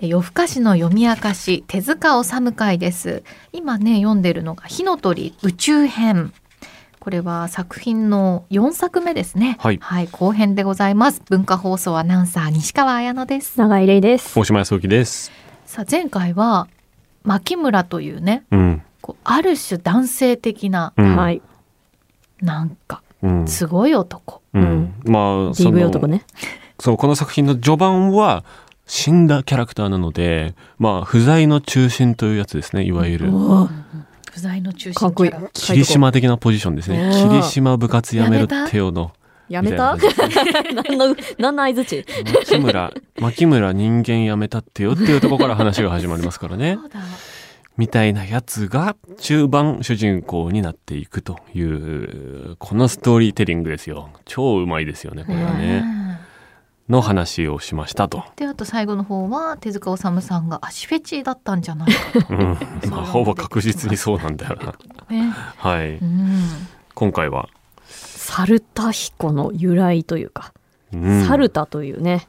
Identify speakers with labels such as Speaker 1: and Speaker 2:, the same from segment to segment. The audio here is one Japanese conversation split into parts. Speaker 1: 夜更かしの読み明かし手塚治虫会です今ね読んでるのが火の鳥宇宙編これは作品の4作目ですね
Speaker 2: はい
Speaker 1: 後編でございます文化放送アナウンサー西川彩乃です
Speaker 3: 長井玲です。
Speaker 2: 大島康之です。
Speaker 1: さあ前回は牧村というね
Speaker 2: うん。
Speaker 1: こうある種男性的な
Speaker 2: うん、
Speaker 3: は。い。
Speaker 1: なんか
Speaker 2: うん。
Speaker 1: すごい男、
Speaker 2: うん、まあ、そ
Speaker 3: DV
Speaker 2: の、
Speaker 3: 男ね。
Speaker 2: そう、この作品の序盤は、死んだキャラクターなので、まあ、不在の中心というやつですね、いわゆる。
Speaker 3: おー
Speaker 1: 不在の中心キャラ
Speaker 3: かっこいい。
Speaker 2: 霧島的なポジションですね。
Speaker 3: おー
Speaker 2: 霧島部活やめるテオの。
Speaker 3: やめた
Speaker 2: みいな感じですね
Speaker 3: 何の、何の合図値
Speaker 2: 牧村、牧村人間やめたってよっていうところから話が始まりますからね
Speaker 1: そ。うだ
Speaker 2: みたいなやつが中盤主人公になっていくという、このストーリーテリングですよ。超うまいですよね、これはね。
Speaker 1: うん
Speaker 2: の話をしましたと。
Speaker 1: であと最後の方は手塚治虫さんが足フェチだったんじゃないか
Speaker 2: うん、まあほぼ確実にそうなんだよな。
Speaker 1: と ね。
Speaker 2: は
Speaker 1: う
Speaker 2: い、
Speaker 1: ん、
Speaker 2: 今回は。
Speaker 3: 猿田彦の由来というか、
Speaker 2: うん
Speaker 3: 猿田というね、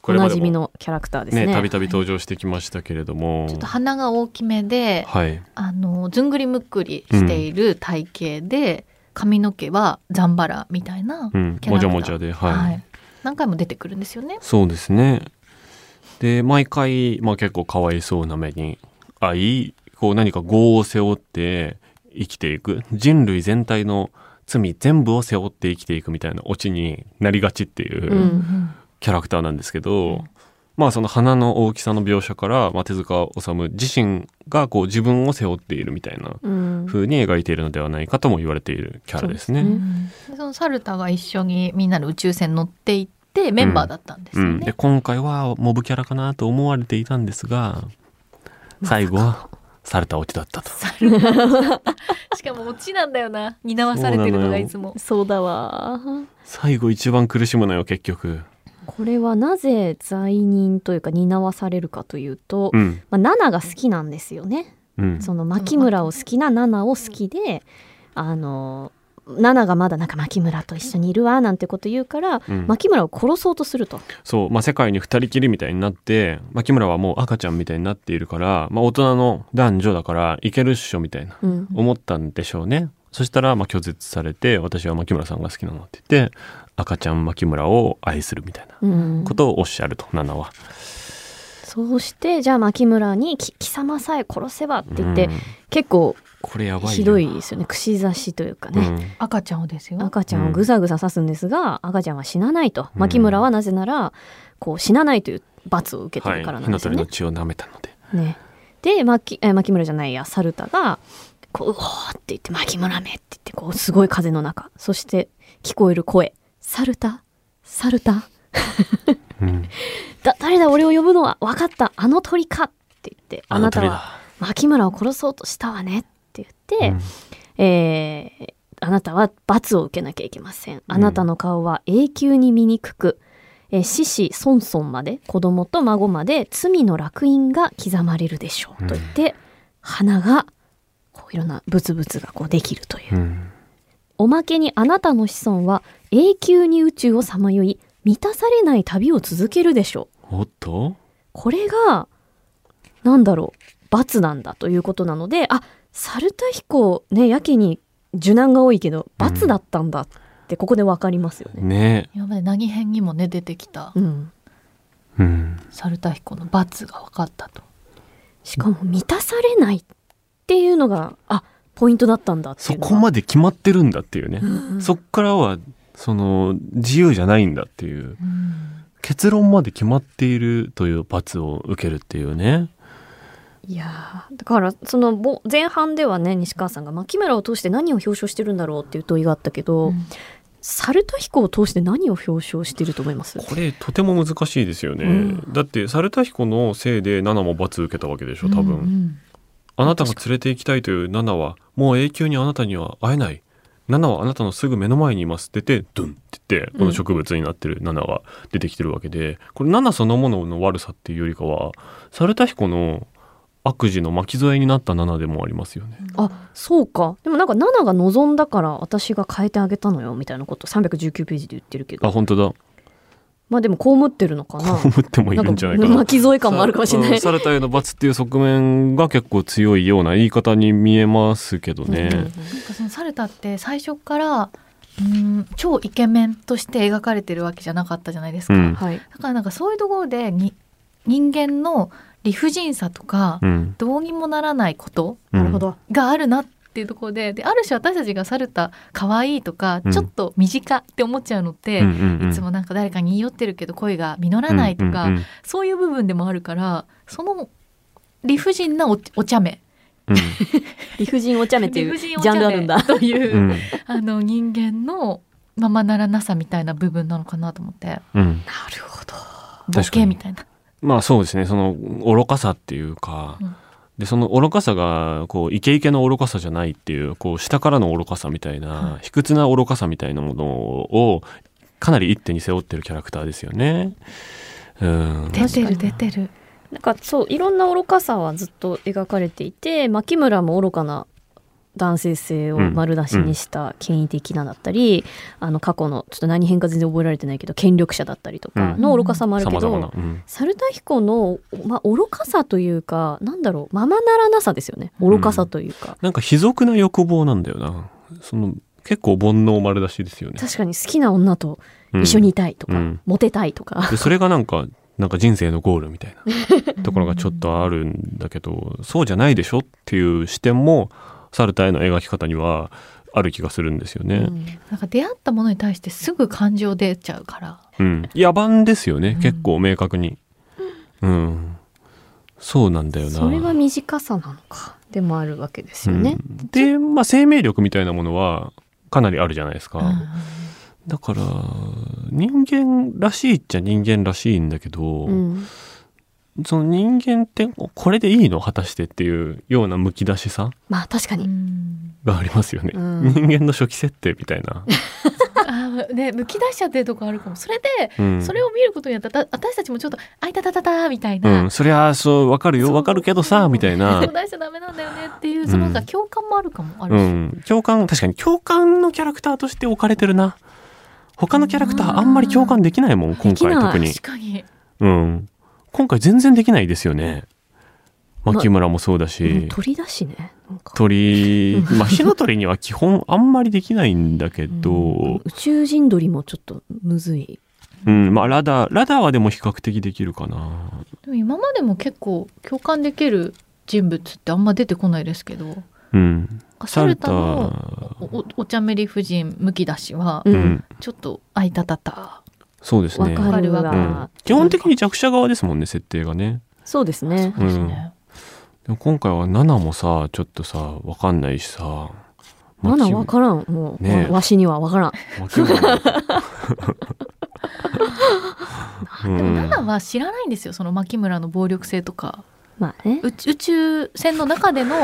Speaker 2: こ
Speaker 3: お
Speaker 2: れま
Speaker 3: な
Speaker 2: で
Speaker 3: じ
Speaker 2: も
Speaker 3: みのキャラクターですね。
Speaker 2: ね、たびたび登場してきましたけれども。
Speaker 1: ちょっと鼻が大きめで、
Speaker 2: はい、
Speaker 1: あのずんぐりむっくりしている体型で、髪の毛はザンバラみたいな
Speaker 2: う
Speaker 1: キャラ
Speaker 2: ん
Speaker 1: ク、ター、
Speaker 2: もじゃもじゃで、はい。
Speaker 1: 何回も出てくるんですよね。
Speaker 2: そうですね。で、毎回、まあ、結構かわいそうな目に遭い、こう何か業を背負って生きていく。人類全体の罪全部を背負って生きていくみたいなオチになりがちっていう。
Speaker 3: うん
Speaker 2: キャラクターなんです
Speaker 1: う
Speaker 2: けど、
Speaker 1: ん
Speaker 2: まあその花の大きさの描写から、まあ、手塚治虫自身がこう自分を背負っているみたいな
Speaker 3: うん。
Speaker 2: 風に描いているのではないかとも言われているキャラですね。
Speaker 3: そううん
Speaker 1: でそのサルタが一緒にみんなの宇宙船乗って行ってメンバーだったんです
Speaker 2: う
Speaker 1: よ
Speaker 2: ん、で
Speaker 1: ね。
Speaker 2: 今回はモブキャラかなと思われていたんですが最後はされたオチだったと。
Speaker 1: しかもオチなんだよな担わされてるのがいつも。
Speaker 3: そうだわ。
Speaker 2: 最後一番苦しむのよ結局。
Speaker 3: これはなぜ罪人というか担わされるかというと、
Speaker 2: うん
Speaker 3: まあ、ナナが好きなんですよね。
Speaker 2: うん
Speaker 3: その牧村を好きなナナを好きで、あの、ナナがまだなんか牧村と一緒にいるわなんてこと言うから、
Speaker 2: うん
Speaker 3: 牧村を殺そうとすると。
Speaker 2: そう、まあ、世界に二人きりみたいになって、まあ、木村はもう赤ちゃんみたいになっているから、まあ、大人の男女だからいけるっしょみたいな
Speaker 3: うん
Speaker 2: 思ったんでしょうね。そしたら、まあ、拒絶されて、私は牧村さんが好きなのって言って、赤ちゃん牧村を愛するみたいな
Speaker 3: うん
Speaker 2: ことをおっしゃると、ナナは。
Speaker 3: そうしてじゃあ牧村にき「貴様さえ殺せば」って言って、
Speaker 2: うん
Speaker 3: 結構
Speaker 2: これやばいよ。
Speaker 3: ひどいですよね串刺しというか
Speaker 2: う
Speaker 3: ね、
Speaker 2: ん。
Speaker 1: 赤ちゃんをですよ。
Speaker 3: 赤ちゃんをぐさぐさ刺すんですが、赤ちゃんは死なないと牧村はなぜならこう死なないという罰を受けて
Speaker 2: はい。
Speaker 3: るからな
Speaker 2: 火
Speaker 3: んで
Speaker 2: の
Speaker 3: すよ
Speaker 2: 鳥の
Speaker 3: ね。
Speaker 2: 血を舐めたので。
Speaker 3: ねで牧えー牧村じゃないや猿田がこう「うおー」って言って「牧村め」って言ってこうすごい風の中そして聞こえる声「猿田猿田」
Speaker 2: うん。
Speaker 3: だ誰だ俺を呼ぶのは分かったあの鳥かって言ってあ
Speaker 2: あの
Speaker 3: なた
Speaker 2: 鳥
Speaker 3: は
Speaker 2: だ。
Speaker 3: 牧村を殺そうとしたわねって
Speaker 2: う
Speaker 3: 言っ
Speaker 2: ん
Speaker 3: て、えーあなたは罰を受けなきゃいけませんあなたの顔は永久に醜く、えー、獅子孫孫まで子供と孫まで罪の烙印が刻まれるでしょうと言って、花がこういろんなブツブツがこうできるという
Speaker 2: うん。
Speaker 3: おまけにあなたの子孫は永久に宇宙をさまよい満たされない旅を続けるでしょう
Speaker 2: おっと
Speaker 3: これがなんだろう罰なんだということなのであ猿田彦ねやけに受難が多いけど罰だったんだってここで分かりますよね。
Speaker 2: ね
Speaker 1: 今まで何編にもね出てきた
Speaker 3: うん、
Speaker 2: うん。
Speaker 1: 猿田彦の罰が分かったと。
Speaker 3: しかも満たされないっていうのがあポイントだったんだって
Speaker 2: そ
Speaker 3: いうのが
Speaker 2: こまで決まってるんだっていうね。
Speaker 3: うん
Speaker 2: そっからは、その、自由じゃないんだってい
Speaker 1: う
Speaker 2: う。
Speaker 1: ん
Speaker 2: 結論まで決まっているという罰を受けるっていうね。
Speaker 3: いやーだからそのぼ前半ではね西川さんが牧村を通して何を表彰してるんだろうっていう問いがあったけど、
Speaker 1: うん
Speaker 3: 猿田彦を通して何を表彰してると思います
Speaker 2: これとても難しいですよね、
Speaker 3: うん
Speaker 2: だって猿田彦のせいでナナも罰受けたわけでしょ多分、
Speaker 1: うん
Speaker 2: あなたが連れて行きたいというナナはもう永久にあなたには会えないナナはあなたのすぐ目の前にいます出てドゥンって言ってこの植物になってるナナが出てきてるわけで、これナナそのものの悪さっていうよりかは猿田彦の悪事の巻き添えになったナナでもありますよね、
Speaker 3: あそうかでもなんかナナが望んだから私が変えてあげたのよみたいなこと319ページで言ってるけ
Speaker 2: あ
Speaker 3: ど
Speaker 2: 本当だ
Speaker 3: まあでもこう思ってるのか な
Speaker 2: 思ってもいるんじゃないかな。
Speaker 3: 巻き添え感もあるかもしれない
Speaker 2: されたへの罰っていう側面が結構強いような言い方に見えますけどね。
Speaker 3: うんうんうん
Speaker 1: なんかそのサルタって最初からうん超イケメンとして描かれてるわけじゃなかったじゃないですか、
Speaker 2: うん
Speaker 3: はい、
Speaker 1: だからなんかそういうところでに人間の理不尽さとか、
Speaker 2: うん
Speaker 1: どうにもならないこと
Speaker 2: うん
Speaker 3: なるほど。
Speaker 1: があるなっていうところでである種私たちがサルタ可愛いとか、
Speaker 2: うん
Speaker 1: ちょっと身近って思っちゃうのって、
Speaker 2: うんうんうん
Speaker 1: いつもなんか誰かに言い寄ってるけど恋が実らないとか、
Speaker 2: うんうん
Speaker 1: そういう部分でもあるからその理不尽なおお茶目
Speaker 2: うん
Speaker 3: 理不尽お茶目ってい
Speaker 1: 理
Speaker 3: う
Speaker 1: 不
Speaker 3: ジ
Speaker 1: 尽お茶
Speaker 3: ャン
Speaker 1: 目
Speaker 3: ルあるん だ。
Speaker 1: という、
Speaker 2: うん
Speaker 1: あの人間のままならなさみたいな部分なのかなと思って
Speaker 2: うん
Speaker 3: るほど。
Speaker 1: ボ
Speaker 2: 確かに
Speaker 1: ケみたいな。
Speaker 2: まあそうですねその愚かさっていうか、
Speaker 1: うん
Speaker 2: でその愚かさがこうイケイケの愚かさじゃないっていうこう下からの愚かさみたいな、
Speaker 1: は
Speaker 2: 卑屈な愚かさみたいなものをかなり一手に背負ってるキャラクターですよね。うん
Speaker 1: 出てる
Speaker 3: 確か
Speaker 1: 出
Speaker 3: に
Speaker 1: てる。
Speaker 3: なんかそういろんな愚かさはずっと描かれていて牧村も愚かな男性性を丸出しにした権威的なだったり、あの過去のちょっと何変か全然覚えられてないけど権力者だったりとかの愚かさもあるけ
Speaker 2: 様
Speaker 3: ど、
Speaker 2: 々な、うん
Speaker 3: サルタヒコの、まあ、愚かさというかなんだろうままならなさですよね愚かさというか、
Speaker 2: なんか卑俗な欲望なんだよなその結構煩悩丸出しですよね。
Speaker 3: 確かに好きな女と
Speaker 2: うん
Speaker 3: 一緒にいたいとか、
Speaker 2: うん
Speaker 3: モテたいとか、
Speaker 2: でそれがなんかなんか人生のゴールみたい なところがちょっとあるんだけどそうじゃないでしょっていう視点もサルタへの描き方にはある気がするんですよね。
Speaker 1: なんか出会ったものに対してすぐ感情出ちゃうから。
Speaker 2: うん野蛮ですよね、
Speaker 1: うん
Speaker 2: 結構明確に。うんそうなんだよ
Speaker 3: うん
Speaker 2: な。
Speaker 3: それは短さなのかでもあるわけですよね、
Speaker 2: うんで、まあ、生命力みたいなものはかなりあるじゃないですか。
Speaker 1: うん
Speaker 2: だから人間らしいっちゃ人間らしいんだけど、
Speaker 3: うん
Speaker 2: その人間ってこれでいいの果たしてっていうようなむき出しさ
Speaker 3: まあ確かに、
Speaker 1: うん
Speaker 2: がありますよね、
Speaker 3: うん
Speaker 2: 人間の初期設定みたいな、
Speaker 1: あーね、むき出しちゃってるとこあるかもそれで、
Speaker 2: うん、
Speaker 1: それを見ることによってた私たちもちょっと「あいたたたた」みたいうな、
Speaker 2: んそりゃあそうわかるよ
Speaker 1: そう
Speaker 2: わかるけどさみたい
Speaker 1: そう
Speaker 2: な
Speaker 1: 出しちゃダメなんだよねっていうそのなんか共感もあるかもある
Speaker 2: う
Speaker 1: し、
Speaker 2: ん共感確かに共感のキャラクターとして置かれてるな他のキャラクターあんまり共感できないもん今
Speaker 3: でき
Speaker 2: 回
Speaker 3: ない
Speaker 2: 特に
Speaker 1: 確かに
Speaker 2: うん今回全然できないですよね牧村もそうだ
Speaker 3: も
Speaker 2: し
Speaker 3: う、鳥だしねなんか
Speaker 2: 鳥まあ火の鳥には基本あんまりできないんだけど、
Speaker 3: 宇宙人鳥もちょっとむずい
Speaker 2: うん、まあラダー、ラダーはでも比較的できるかな。
Speaker 1: でも今までも結構共感できる人物ってあんま出てこないですけど
Speaker 2: うん。
Speaker 1: サルタの
Speaker 2: サルタ
Speaker 1: おおお茶目理不尽むき出しは
Speaker 3: う
Speaker 2: うんん、
Speaker 1: ちょっと「あいたたた
Speaker 2: そうです
Speaker 3: わ
Speaker 2: ね。
Speaker 3: かるわ、
Speaker 1: わか
Speaker 2: う
Speaker 1: る
Speaker 2: ん、基本的に弱者側ですもんね、設定がね。」
Speaker 3: そうですね
Speaker 1: そうですね、
Speaker 2: でも今回はナナもさ、ちょっとさ、わかんないしさ。
Speaker 3: まだわ
Speaker 2: ん
Speaker 3: からんもう、
Speaker 2: ねえ
Speaker 3: わしにはわからん
Speaker 1: でも
Speaker 2: うん
Speaker 1: ナナは知らないんですよその牧村の暴力性とか
Speaker 3: まあね
Speaker 1: 宇宇宙船の中での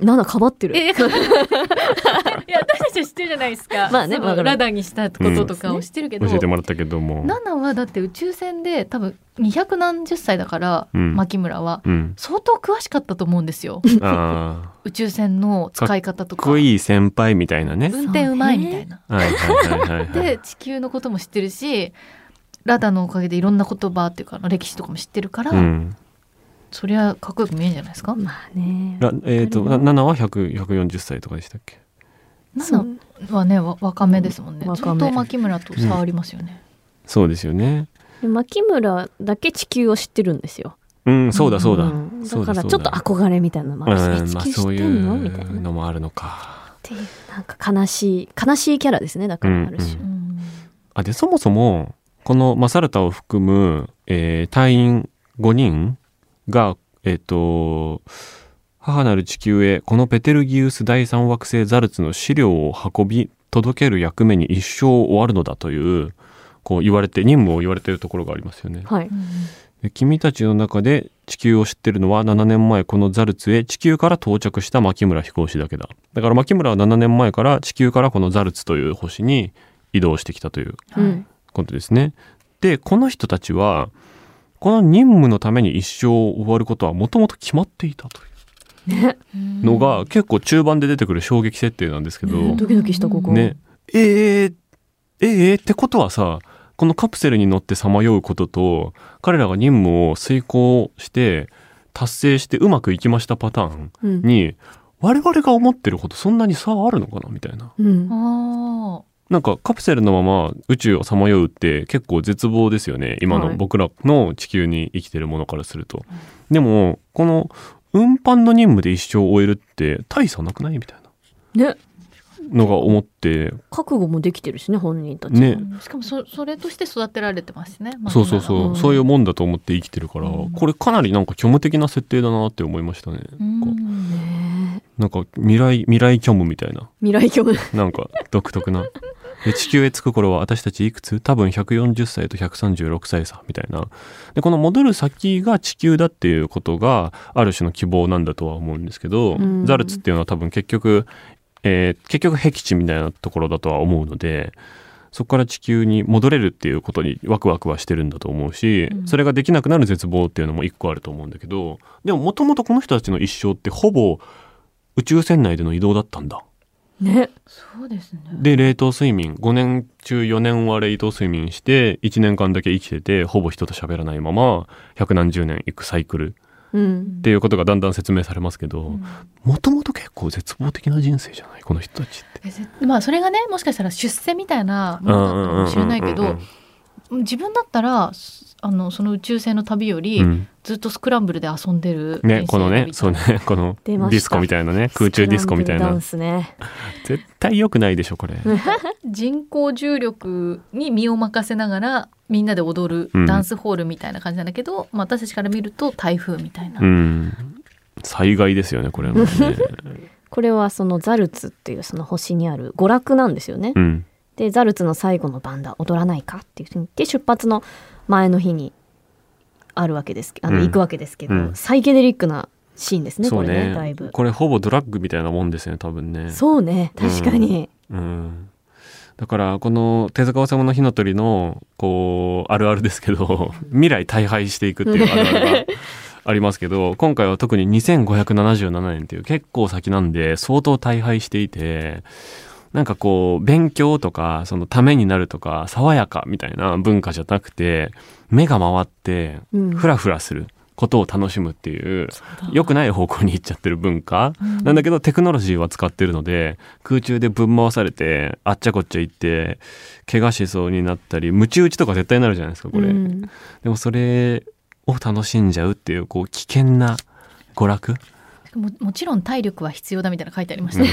Speaker 3: 7かばってる
Speaker 1: え いや私たちは知ってるじゃないですか。
Speaker 3: まあね
Speaker 1: そ
Speaker 3: わ
Speaker 1: の
Speaker 3: かる
Speaker 1: ラダーにしたこととかを知ってるけど、
Speaker 2: 教えてもらったけども。
Speaker 1: ナナはだって宇宙船で多分二百何十歳だから、
Speaker 2: うん
Speaker 1: 牧村は
Speaker 2: うん。
Speaker 1: 相当詳しかったと思うんですよ。
Speaker 2: ああ。
Speaker 1: 宇宙船の使い方とか、
Speaker 2: かっこいい先輩みたいなね。
Speaker 1: 運転うまいみたいな。
Speaker 2: はいはいはいはい、はい。
Speaker 1: で地球のことも知ってるし。ラダーのおかげでいろんな言葉っていうかあの歴史とかも知ってるから、
Speaker 2: うん。
Speaker 1: そりゃかっこよく見えるんじゃないですか。
Speaker 3: まあね
Speaker 2: らえっ、と、なナナは100 140歳とかでしたっけ
Speaker 1: ナ
Speaker 3: そ
Speaker 1: ナ
Speaker 3: う
Speaker 1: はねわ若めですもんね。
Speaker 3: うん
Speaker 1: ずっと
Speaker 3: 若め
Speaker 1: 牧村と差ありますよね。
Speaker 2: そうですよね。
Speaker 3: で牧村だけ地球を知ってるんですよ
Speaker 2: うん、そうだそうだ。
Speaker 3: ん
Speaker 2: そう
Speaker 3: だからちょっ
Speaker 2: そ
Speaker 3: と
Speaker 2: うだ
Speaker 3: 憧れみたいなのもあるし、え
Speaker 2: うんまあ
Speaker 3: 地球知っ
Speaker 2: そうい
Speaker 3: てんの、みたいうなっ
Speaker 2: のもあるのか。
Speaker 3: ていうなんか悲しい悲しいキャラですねだからある種、
Speaker 2: うん
Speaker 1: うん
Speaker 2: あでそもそもこのマサルタを含む、えー隊員5人がえっ、と母なる地球へこのペテルギウス第三惑星ザルツの資料を運び届ける役目に一生終わるのだというこう言われて任務を言われているところがありますよね。
Speaker 3: はい
Speaker 1: うん
Speaker 2: で君たちの中で地球を知ってるのは7年前このザルツへ地球から到着した牧村飛行士だけだだから牧村は7年前から地球からこのザルツという星に移動してきたという
Speaker 1: はい
Speaker 3: うん
Speaker 2: ことですねでこの人たちはこの任務のために一生終わることはもともと決まっていたというのが結構中盤で出てくる衝撃設定なんですけど、
Speaker 3: ドキドキしたここ、
Speaker 2: ねえー、えー、えーってことはさこのカプセルに乗ってさまようことと彼らが任務を遂行して達成してうまくいきましたパターン
Speaker 3: うん
Speaker 2: に我々が思ってるほどそんなに差あるのかなみたいな
Speaker 3: うん
Speaker 1: あ
Speaker 2: なんかカプセルのまま宇宙をさまようって結構絶望ですよね今
Speaker 3: は
Speaker 2: の
Speaker 3: い
Speaker 2: 僕らの地球に生きてるものからすると、でもこの運搬の任務で一生終えるって大差なくないみたいな
Speaker 3: ね
Speaker 2: のが思って
Speaker 3: 覚悟もできてるしね本人たちは
Speaker 2: ね
Speaker 1: あ。しかもそそれとして育てられてますね。まあ
Speaker 2: そうそう
Speaker 1: 今
Speaker 2: そう、
Speaker 3: ん
Speaker 2: そういうもんだと思って生きてるから、
Speaker 1: うん
Speaker 2: これかなりなんか虚無的な設定だなって思いましたね、
Speaker 1: の
Speaker 2: こ
Speaker 1: う
Speaker 2: うん
Speaker 3: ね
Speaker 2: なんか未来未来虚無みたいな
Speaker 3: 未来教育
Speaker 2: なんか独特なで地球へ着く頃は私たちいくつ多分140歳と136歳さみたいなでこの戻る先が地球だっていうことがある種の希望なんだとは思うんですけど、
Speaker 3: うん
Speaker 2: ザルツっていうのは多分結局、えー結局僻地みたいなところだとは思うのでそこから地球に戻れるっていうことにワクワクはしてるんだと思うし、
Speaker 1: うん
Speaker 2: それができなくなる絶望っていうのも一個あると思うんだけどでももともとこの人たちの一生ってほぼ宇宙船内での移動だったんだ。
Speaker 3: ね
Speaker 1: そうですね。
Speaker 2: で冷凍睡眠5年中4年は冷凍睡眠して1年間だけ生きててほぼ人と喋らないまま百何十年いくサイクル
Speaker 3: うん
Speaker 2: っていうことがだんだん説明されますけど
Speaker 1: うん
Speaker 2: もともと結構絶望的な人生じゃないこの人たちって。
Speaker 1: えぜまあそれがねもしかしたら出世みたいなものだったかもしれないけ
Speaker 2: うんうんう
Speaker 1: ど
Speaker 2: ん
Speaker 1: 自分だったらすあのその宇宙船の旅より、
Speaker 2: うんうん
Speaker 1: ずっとスクランブルで遊んでる
Speaker 2: ねこのね
Speaker 1: 人生
Speaker 2: そう
Speaker 1: だみたいな
Speaker 2: ねこのデ
Speaker 3: 出ました
Speaker 2: ィスコみたいなね空中ディスコみたい
Speaker 3: スクラ
Speaker 2: な
Speaker 3: ンブルダンスね
Speaker 2: 絶対良くないでしょこれ。
Speaker 1: 人工重力に身を任せながらみんなで踊
Speaker 2: うん
Speaker 1: るダンスホールみたいな感じなんだけど、まあ、私たちから見ると台風みたいな、
Speaker 2: うん災害ですよねこれは ね。
Speaker 3: これはそのザルツっていうその星にある娯楽なんですよね
Speaker 2: うん
Speaker 3: でザルツの最後の番だ踊らないかっていうふうに言って出発の前の日にあるわけですけあの、
Speaker 2: うん
Speaker 3: 行くわけですけど、
Speaker 2: うん
Speaker 3: サイケデリックなシーンですね
Speaker 2: そ
Speaker 3: こ
Speaker 2: う
Speaker 3: れね
Speaker 2: ね
Speaker 3: だいぶ
Speaker 2: これほぼドラッグみたいなもんですね多分ね。
Speaker 3: そうね確かに、
Speaker 2: うん、だからこの手塚治虫の火の鳥のこうあるあるですけど未来大敗していくっていうあるあるがありますけど今回は特に2577年っていう結構先なんで相当大敗していて。なんかこう勉強とかそのためになるとか爽やかみたいな文化じゃなくて目が回って
Speaker 3: うん
Speaker 2: フラフラすることを楽しむっていう良くない方向に行っちゃってる文化
Speaker 1: うん
Speaker 2: なんだけどテクノロジーは使ってるので空中でぶん回されてあっちゃこっちゃ行って怪我しそうになったりムチ打ちとか絶対になるじゃないですかこれ、
Speaker 3: うん
Speaker 2: でもそれを楽しんじゃうっていうこう危険な娯 楽
Speaker 1: ももちろん体力は必要だみたいなの書いてありましたね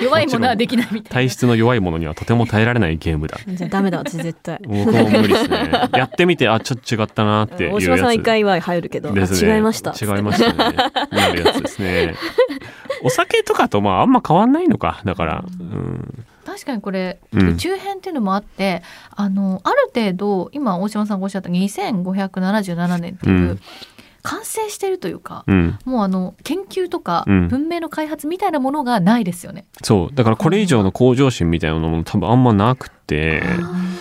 Speaker 1: 弱いものはできないみたい
Speaker 2: 体
Speaker 1: な
Speaker 2: 質の弱いものにはとても耐えられないゲームだ
Speaker 3: じゃあダメだ私 絶対
Speaker 2: 僕も無理です ねやってみてあちょっと違ったなっていうや
Speaker 3: 大
Speaker 2: つ
Speaker 3: 島さん一回は入るけど、あ
Speaker 2: ですね
Speaker 3: 違いました
Speaker 2: 違いましたね。なるやつです ね。お酒とかとまああんま変わんないのか。だから、うん、
Speaker 1: 確かにこれ
Speaker 2: うん
Speaker 1: 宇宙編っていうのもあって、あのある程度今大島さんがおっしゃった2577年っていう、
Speaker 2: うん
Speaker 1: 完成してるというか、
Speaker 2: うん、
Speaker 1: もうあの研究とか
Speaker 2: うん
Speaker 1: 文明の開発みたいなものがないですよね。
Speaker 2: そう。だからこれ以上の向上心みたいなものも多分あんまなくて、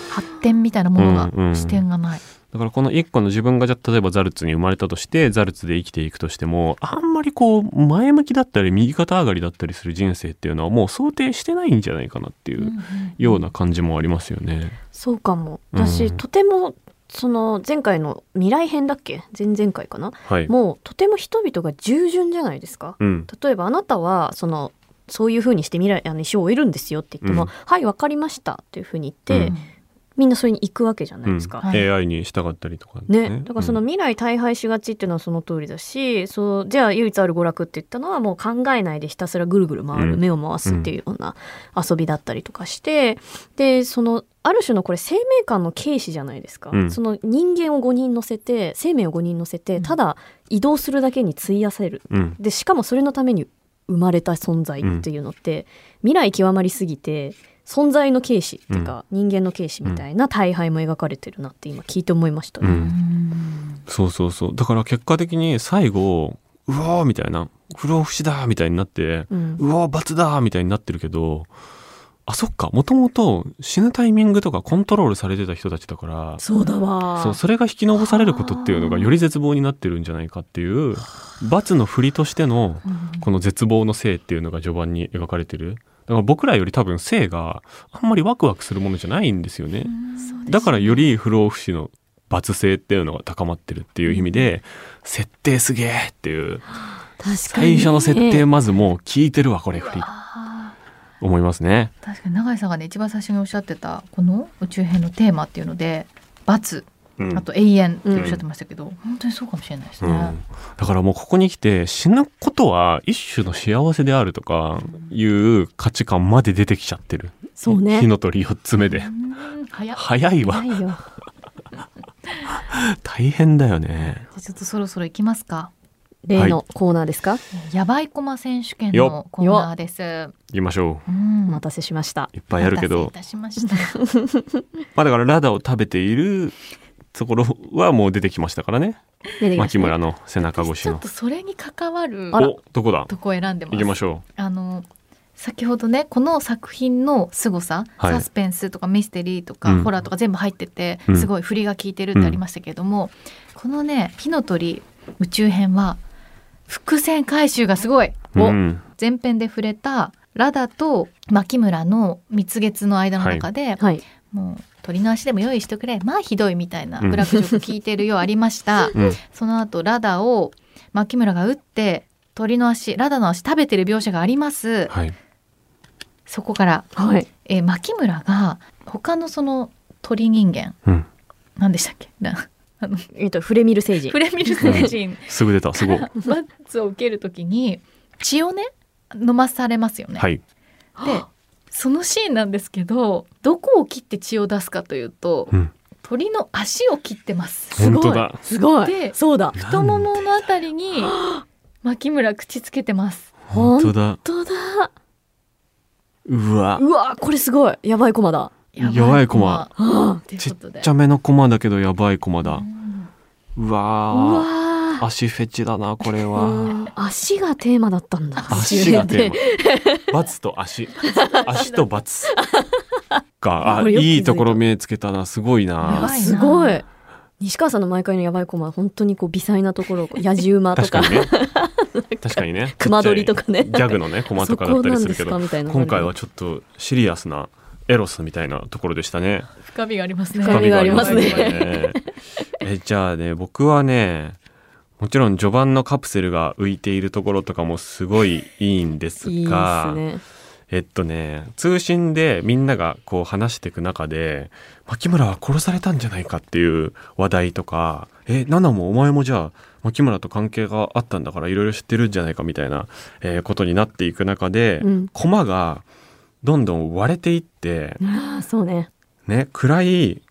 Speaker 1: 発展みたいなものが、
Speaker 2: うんうん
Speaker 1: 視点がない。
Speaker 2: だからこの一個の自分がじゃあ例えばザルツに生まれたとして、ザルツで生きていくとしても、あんまりこう前向きだったり右肩上がりだったりする人生っていうのはもう想定してないんじゃないかなっていうような感じもありますよね。
Speaker 3: そうかも
Speaker 2: うん
Speaker 3: 私、とてもその前回の未来編だっけ前々回かな
Speaker 2: はい。
Speaker 3: もうとても人々が従順じゃないですか
Speaker 2: うん。
Speaker 3: 例えばあなたはそのそういうふうにして未来あの一生を終えるんですよって言っても
Speaker 2: う
Speaker 3: 「
Speaker 2: ん
Speaker 3: はいわかりました」っていうふうに言って、
Speaker 2: うん
Speaker 3: みんなそれに行くわけじゃないですか。
Speaker 1: うんはい
Speaker 2: AI に従ったりとか
Speaker 3: ね、だからその未来大敗しがちっていうのはその通りだしそうじゃあ唯一ある娯楽って言ったのはもう考えないでひたすらぐるぐる回る、
Speaker 2: うん
Speaker 3: 目を回すっていうような遊びだったりとかしてでそのある種のこれ生命観の軽視じゃないですか、
Speaker 2: うん
Speaker 3: その人間を5人乗せて生命を5人乗せて
Speaker 1: うん
Speaker 3: ただ移動するだけに費やせる
Speaker 2: うん、
Speaker 3: でしかもそれのために生まれた存在っていうのって、未来極まりすぎて存在の軽視っていうか、人間の軽視みたいな大敗も描かれてるなって今聞いて思いました
Speaker 2: う
Speaker 3: ね。
Speaker 2: んうんそうそうそう。だから結果的に最後、うわーみたいな、不老不死だーみたいになって、
Speaker 3: うん
Speaker 2: うわー罰だーみたいになってるけど、あ、そっか、もともと死ぬタイミングとかコントロールされてた人たちだから、
Speaker 3: そうだわ
Speaker 2: そう、それが引き残されることっていうのがより絶望になってるんじゃないかっていう、罰の振りとしての、この絶望の性っていうのが序盤に描かれてる。だから僕らより多分性があんまりワクワクするものじゃないんですよね。だからより不老不死の罰性っていうのが高まってるっていう意味で、設定すげえっていう
Speaker 3: 確かに
Speaker 2: 最初の設定
Speaker 3: も
Speaker 2: まずもう聞いてるわこれ振り
Speaker 1: あ
Speaker 2: 思いますね。
Speaker 1: ー確かに永井さんがね一番最初におっしゃってたこの宇宙編のテーマっていうので「罰」
Speaker 2: うん
Speaker 1: あと「永遠」っておっしゃってましたけど、本当にそうかもしれないです
Speaker 2: う
Speaker 1: ね。
Speaker 2: ん、だからもうここに来て死ぬことは一種の幸せであるとかいう価値観まで出てきちゃってる
Speaker 3: そうね
Speaker 2: 火の鳥4つ目で
Speaker 1: うん早っ
Speaker 2: 早いわ
Speaker 3: ないよ
Speaker 2: 大変だよね
Speaker 1: じゃあちょっとそろそろ行きますか。
Speaker 3: 例のコーナーですか、
Speaker 1: やばいコマ選手権
Speaker 2: よ
Speaker 1: のコーナーです。
Speaker 2: 行きましょ
Speaker 1: うん
Speaker 3: お待たせしました
Speaker 2: ういっぱいあるけ
Speaker 1: お
Speaker 2: ど
Speaker 1: 待たせいたしました。
Speaker 2: まあだからラダを食べているところはもう出てきましたからね
Speaker 3: 出てきまし
Speaker 2: 牧
Speaker 3: たね
Speaker 2: 村の背中越 し
Speaker 1: ちょっ
Speaker 2: の
Speaker 1: とそれに関わる
Speaker 3: あら
Speaker 2: おどこだ
Speaker 1: とこ選んでます。
Speaker 2: 行きましょ
Speaker 1: あの先ほどねこの作品の凄さ、
Speaker 2: はい
Speaker 1: サスペンスとかミステリーとか、
Speaker 2: うん
Speaker 1: ホラーとか全部入ってて、
Speaker 2: うん
Speaker 1: すごい振りが効いてるってありましたけれども、このね「火の鳥宇宙編」は伏線回収がすごい、
Speaker 2: う、う
Speaker 1: お
Speaker 2: ん、
Speaker 1: 前編で触れたラダと牧村の蜜月の間の中で、
Speaker 3: はい
Speaker 1: もう鳥の足でも用意してくれまあひどいみたいな
Speaker 2: うん
Speaker 1: ブラックジョーク聞いてるようありま した、
Speaker 2: うん
Speaker 1: その後ラダを牧村が打って鳥の足ラダの足食べてる描写があります
Speaker 2: はい
Speaker 1: そこから、
Speaker 3: はい
Speaker 1: えー牧村が他のその鳥人間
Speaker 2: うん
Speaker 1: 何でしたっけな
Speaker 3: えっとフレミル星人
Speaker 1: フレミル星人
Speaker 2: すぐ出たす ごい
Speaker 1: バッツを受けるときに血をね飲まされますよね、
Speaker 2: はい
Speaker 1: でそのシーンなんですけどどこを切って血を出すかというと、
Speaker 2: うん
Speaker 1: 鳥の足を切ってます
Speaker 3: す
Speaker 2: 本
Speaker 3: ご
Speaker 2: 当
Speaker 3: い
Speaker 2: だ
Speaker 3: すご
Speaker 1: で
Speaker 3: いそうだ
Speaker 1: 太もものあたりに牧村口つけてます。
Speaker 2: 本当だ
Speaker 3: 本当だ
Speaker 2: うわ
Speaker 3: うわこれすごいやばいコマだ
Speaker 2: やばいコマ
Speaker 3: あ
Speaker 1: という
Speaker 2: ち
Speaker 1: こ
Speaker 2: っ
Speaker 1: とで。
Speaker 2: ちゃめのコマだけどやばいコマだ
Speaker 1: うん
Speaker 2: うわ
Speaker 3: う
Speaker 2: ー
Speaker 3: わー
Speaker 2: 足フェチだなこれは
Speaker 3: うん足がテーマだったんだ
Speaker 2: 足がテーマバツと足足とバツかあ
Speaker 3: これよく気づいた
Speaker 2: いいところ目つけたなすごい
Speaker 1: やば
Speaker 2: な
Speaker 1: な
Speaker 3: すごい西川さんの毎回のやばいコマ本当にこう微細なところ野じ馬と
Speaker 2: 確
Speaker 3: か
Speaker 2: かにね確かにね
Speaker 3: 熊取りとかね
Speaker 2: ちっちゃいギャグ のねコマとかだったりするけ
Speaker 3: そ
Speaker 2: ど
Speaker 3: こなんですかみたいな
Speaker 2: 今回はちょっとシリアスなエロスみたいなところでしたね
Speaker 1: 深みがありますね。
Speaker 3: 深みがあり ますね
Speaker 2: 深みがありますねえじゃあね僕はねもちろん序盤のカプセルが浮いているところとかもすごいいいんですが
Speaker 3: いいですね
Speaker 2: えっとね通信でみんながこう話していく中で牧村は殺されたんじゃないかっていう話題とか「えナナもお前もじゃあ牧村と関係があったんだからいろいろ知ってるんじゃないか」みたいな、えーことになっていく中で、
Speaker 3: うん
Speaker 2: コマがどんどん割れていって
Speaker 3: あーそうね
Speaker 2: ね暗い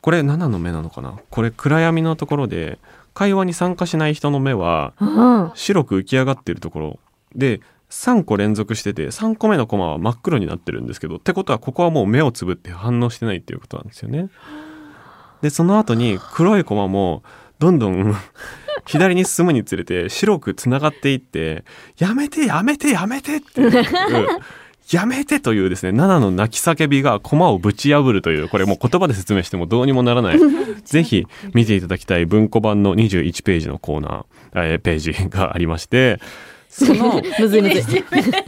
Speaker 2: これ7の目なのかなこれ暗闇のところで会話に参加しない人の目は
Speaker 3: うん
Speaker 2: 白く浮き上がってるところで3個連続してて3個目のコマは真っ黒になってるんですけどってことはここはもう目をつぶって反応してないっていうことなんですよね。でその後に黒いコマもどんどん 左に進むにつれて白くつながっていって「やめてやめてやめて」っていう やめてというですね7の泣き叫びがコマをぶち破るというこれもう言葉で説明してもどうにもならないぜひ見ていただきたい文庫版の21ページのコーナー、えーページがありまして、その
Speaker 3: むずいむずい
Speaker 1: 21ページの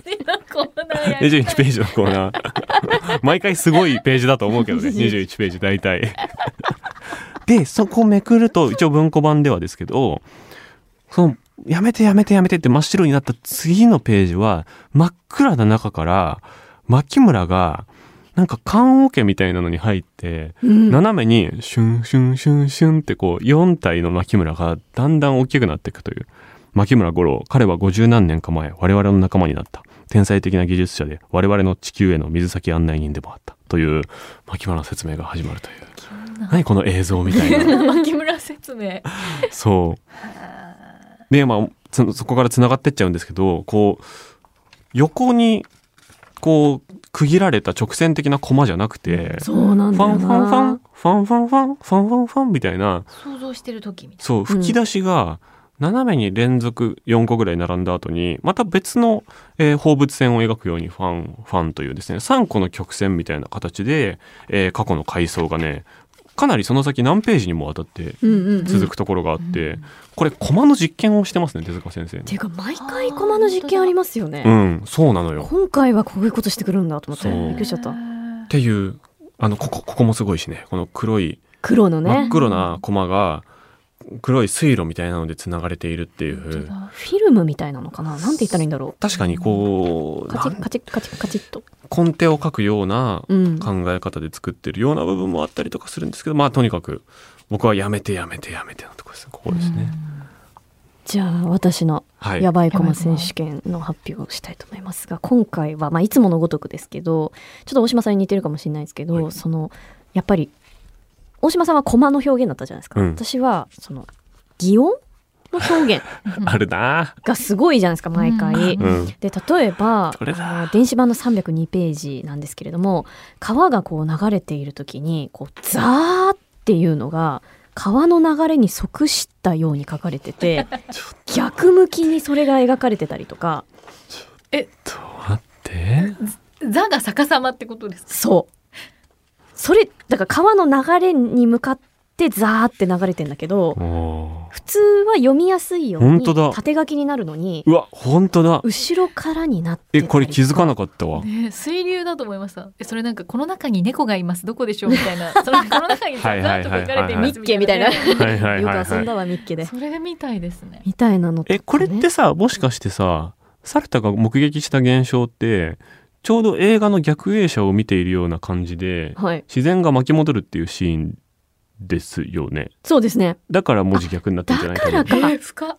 Speaker 1: コーナーやりたい
Speaker 2: 21ページのコーナー、 毎回すごいページだと思うけどね、21ページ大体。で、そこめくると、一応文庫版ではですけど、その、やめてやめてやめてって真っ白になった次のページは、真っ暗な中から、牧村が、なんか棺桶みたいなのに入って、
Speaker 3: うん
Speaker 2: 斜めにシュンシュンシュンシュンってこう4体の牧村がだんだん大きくなっていくという牧村五郎彼は50何年か前我々の仲間になった天才的な技術者で我々の地球への水先案内人でもあったという牧村の説明が始まるという何この映像みたい な
Speaker 1: 牧村説明。
Speaker 2: そうでまあつそこからつながってっちゃうんですけどこう横にこう区切られた直線的なコマじゃなくて
Speaker 3: そうなん
Speaker 2: フ
Speaker 3: だ
Speaker 2: ァ
Speaker 3: よ
Speaker 2: ンファンファン
Speaker 3: な
Speaker 2: ファンファンファンファンファンファンみたいな
Speaker 1: 想像してる時みたい
Speaker 2: そう吹き出しが斜めに連続4個ぐらい並んだ後にまた別の、えー放物線を描くようにファンファンというですね3個の曲線みたいな形で、えー過去の階層がねかなりその先何ページにもわたって
Speaker 3: うんうんうん
Speaker 2: 続くところがあって、
Speaker 1: うん
Speaker 2: これコマの実験をしてますね手塚先生
Speaker 3: ていうか毎回コマの実験ありますよね、
Speaker 2: うんそうなのよ
Speaker 3: 今回はこういうことしてくるんだと思って
Speaker 2: そう
Speaker 3: びっくりしちゃった
Speaker 2: っていうあのここここもすごいしねこの黒い
Speaker 3: 黒の
Speaker 2: 真っ
Speaker 3: ね
Speaker 2: 黒なコマが黒い水路みたいなのでつながれているってい
Speaker 1: 本当
Speaker 2: う
Speaker 1: だ
Speaker 3: フィルムみたいなのかななんて言ったらいいんだろ
Speaker 2: 確かにこう
Speaker 3: うカチッ
Speaker 2: なん
Speaker 3: カチッカチッカチッと、
Speaker 2: 根底を書くような
Speaker 3: うん、
Speaker 2: 考え方で作ってるような部分もあったりとかするんですけどまあとにかく僕はやめてやめてやめてのとこですねここですね。
Speaker 3: じゃあ私の
Speaker 2: はい、
Speaker 3: やばいコマ選手権の発表をしたいと思いますが今回は、まあ、いつものごとくですけどちょっと大島さんに似てるかもしれないですけど、
Speaker 2: はい
Speaker 3: そのやっぱり大島さんはコマの表現だったじゃないですか、
Speaker 2: うん
Speaker 3: 私はその擬音の表現
Speaker 1: うん
Speaker 2: あるな
Speaker 3: がすごいじゃないですか毎回。
Speaker 1: うん
Speaker 2: うん
Speaker 3: で例えば
Speaker 2: どれだ
Speaker 3: あの電子版の302ページなんですけれども川がこう流れている時にこうザーっていうのが川の流れに即したように書かれ てて逆向きにそれが描かれてたりとか
Speaker 2: ちょっと待って
Speaker 1: 座が逆さまってことですか
Speaker 3: そうそれだから川の流れに向かってザーって流れてんだけど
Speaker 2: おー
Speaker 3: 普通は読みやすいよう
Speaker 2: 本
Speaker 3: に
Speaker 2: 当だ
Speaker 3: 縦書きになるのに
Speaker 2: うわ本当だ
Speaker 3: 後ろからになってた
Speaker 2: え
Speaker 3: りと
Speaker 2: これ気づかなかったわ
Speaker 1: ねえ水流だと思いましたえそれなんかこの中に猫がいますどこでしょうみたいな そのこの中にザ
Speaker 2: はいはい
Speaker 1: ーッと
Speaker 2: はいはい
Speaker 1: 書かれています
Speaker 3: ミッケみたいな
Speaker 1: ね
Speaker 2: はいはいはい
Speaker 3: よく遊んだ
Speaker 2: はい
Speaker 3: わミッケで
Speaker 1: それみたいですね
Speaker 3: みたいなのとかね
Speaker 2: えこれってさもしかしてさサルタが目撃した現象ってちょうど映画の逆映写を見ているような感じで
Speaker 3: はい
Speaker 2: 自然が巻き戻るっていうシーンですよね
Speaker 3: そうですね
Speaker 2: だから文字逆になってるんじゃないか
Speaker 3: あだ
Speaker 2: な
Speaker 3: から
Speaker 1: え深っ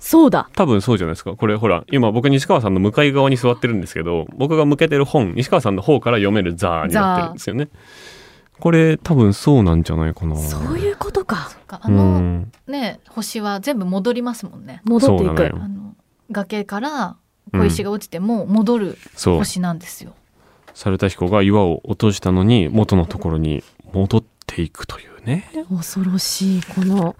Speaker 3: そうだ
Speaker 2: 多分そうじゃないですかこれほら今僕西川さんの向かい側に座ってるんですけど僕が向けてる本西川さんの方から読める「ザー」になってるんですよねこれ多分そうなんじゃないかな
Speaker 3: そういうことか
Speaker 1: そっかあの、
Speaker 2: うん
Speaker 1: ねえ星は全部戻りますもんね
Speaker 3: 戻って
Speaker 2: そう
Speaker 3: い
Speaker 2: なの
Speaker 3: く
Speaker 2: よ
Speaker 1: あの崖から小石が落ちても戻る
Speaker 2: そう
Speaker 1: 星なんですよ、
Speaker 2: 猿田彦が岩を落としたのに元のところに戻っていくというね
Speaker 3: 恐ろしいこの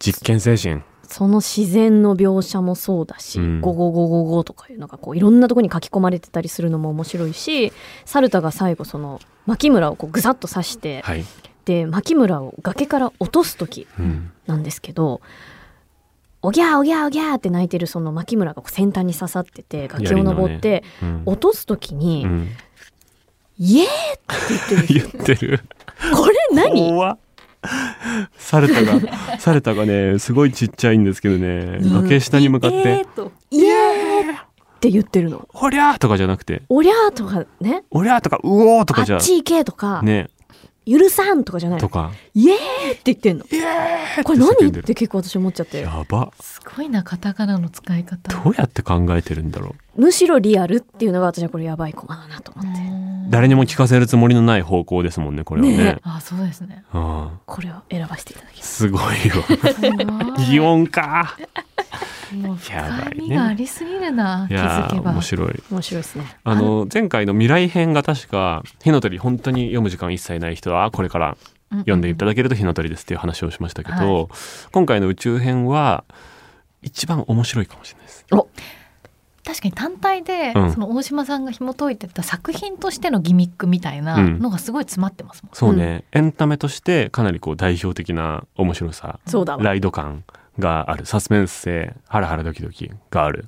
Speaker 2: 実験精神
Speaker 3: その自然の描写もそうだし、
Speaker 2: うん
Speaker 3: ゴゴゴゴゴとかいうのがこういろんなとこに書き込まれてたりするのも面白いしサルタが最後その牧村をこうぐさっと刺して、
Speaker 2: はい、
Speaker 3: で牧村を崖から落とす時
Speaker 2: うん
Speaker 3: なんですけどおぎゃーおぎゃーおぎゃーって泣いてるその牧村がこう先端に刺さってて崖を登って、
Speaker 2: うん
Speaker 3: 落とす時に「
Speaker 2: うん、
Speaker 3: イエー!」って言ってる
Speaker 2: 言ってる
Speaker 3: これ何
Speaker 2: 怖っサル タがサルタがねすごいちっちゃいんですけどね
Speaker 3: うん
Speaker 2: 崖下に向かっ
Speaker 1: え
Speaker 2: て
Speaker 1: ー、と
Speaker 3: イエーって言ってるの
Speaker 2: 「おりゃー!」とかじゃなくて
Speaker 3: おりゃーとかね、
Speaker 2: 「おりゃー!」とか「うおー!」と
Speaker 3: あ
Speaker 2: かじゃ
Speaker 3: っち行けとか、
Speaker 2: ね
Speaker 3: 許さんとかじゃない
Speaker 2: と。か
Speaker 3: イエーって言ってんの。これ
Speaker 2: って叫
Speaker 3: 何
Speaker 2: んで
Speaker 3: っ
Speaker 2: る
Speaker 3: て結構私思っちゃって。
Speaker 2: やば
Speaker 1: すごいなカタカナの使い方
Speaker 2: どうやって考えてるんだろう
Speaker 3: むしろリアルっていうのが私はこれやばいコマだなと思って。
Speaker 2: 誰にも聞かせるつもりのない方向ですもんねこれはね
Speaker 3: ね
Speaker 1: あそうですね
Speaker 2: あ
Speaker 3: これを選ばせていただきます。
Speaker 2: すごいよ
Speaker 1: すごい
Speaker 2: 擬音か
Speaker 1: もう
Speaker 2: やばいね
Speaker 1: 深みがありすぎるな、
Speaker 2: い
Speaker 1: 気
Speaker 2: や
Speaker 1: づけ
Speaker 2: ー
Speaker 1: ば
Speaker 2: 面白い
Speaker 3: 面白いですね。
Speaker 2: あの前回の未来編が確か火の鳥本当に読む時間一切ない人はこれから読んでいただけると火の鳥ですっていう話をしましたけど、今回の宇宙編は一番面白いかもしれないです。
Speaker 1: 確かに単体で、
Speaker 2: うん
Speaker 1: その大島さんが紐解いてた作品としてのギミックみたいなのがすごい詰まってますもん、
Speaker 2: そうね、エンタメとしてかなりこう代表的な面白さ
Speaker 3: そうだわ。
Speaker 2: ライド感があるサスペンス性ハラハラドキドキがある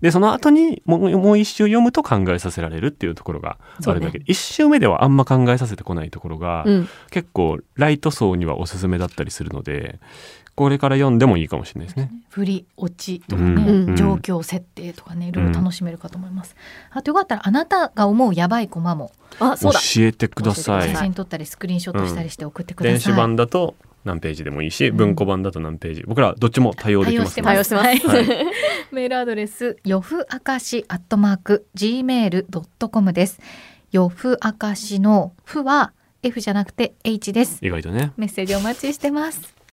Speaker 2: でその後にもうもう一周読むと考えさせられるっていうところがあるだけで、一周目ではあんま考えさせてこないところが、
Speaker 3: うん。
Speaker 2: 結構ライト層にはおすすめだったりするのでこれから読んでもいいかもしれないですね。
Speaker 1: 振り落ちとかね、
Speaker 3: うん
Speaker 1: 状況設定とかねいろいろ楽しめるかと思います、あとよかったらあなたが思うやばいコマも
Speaker 3: あ、そ
Speaker 2: 教
Speaker 3: うだ。
Speaker 2: えてくださ
Speaker 3: はい
Speaker 1: 写真撮ったりスクリーンショットしたりして送ってください、
Speaker 2: 電子版だと何ページでもいいし文庫版だと何ページ僕らどっちも対応できますの
Speaker 3: 対
Speaker 2: で
Speaker 3: 応してます。
Speaker 2: は
Speaker 1: メールアドレス、よふあかしアットマーク、gmail.com です。よふあかしのふは、F じゃなくて H です。
Speaker 2: 意外とね
Speaker 1: メッセージお待ちしてます。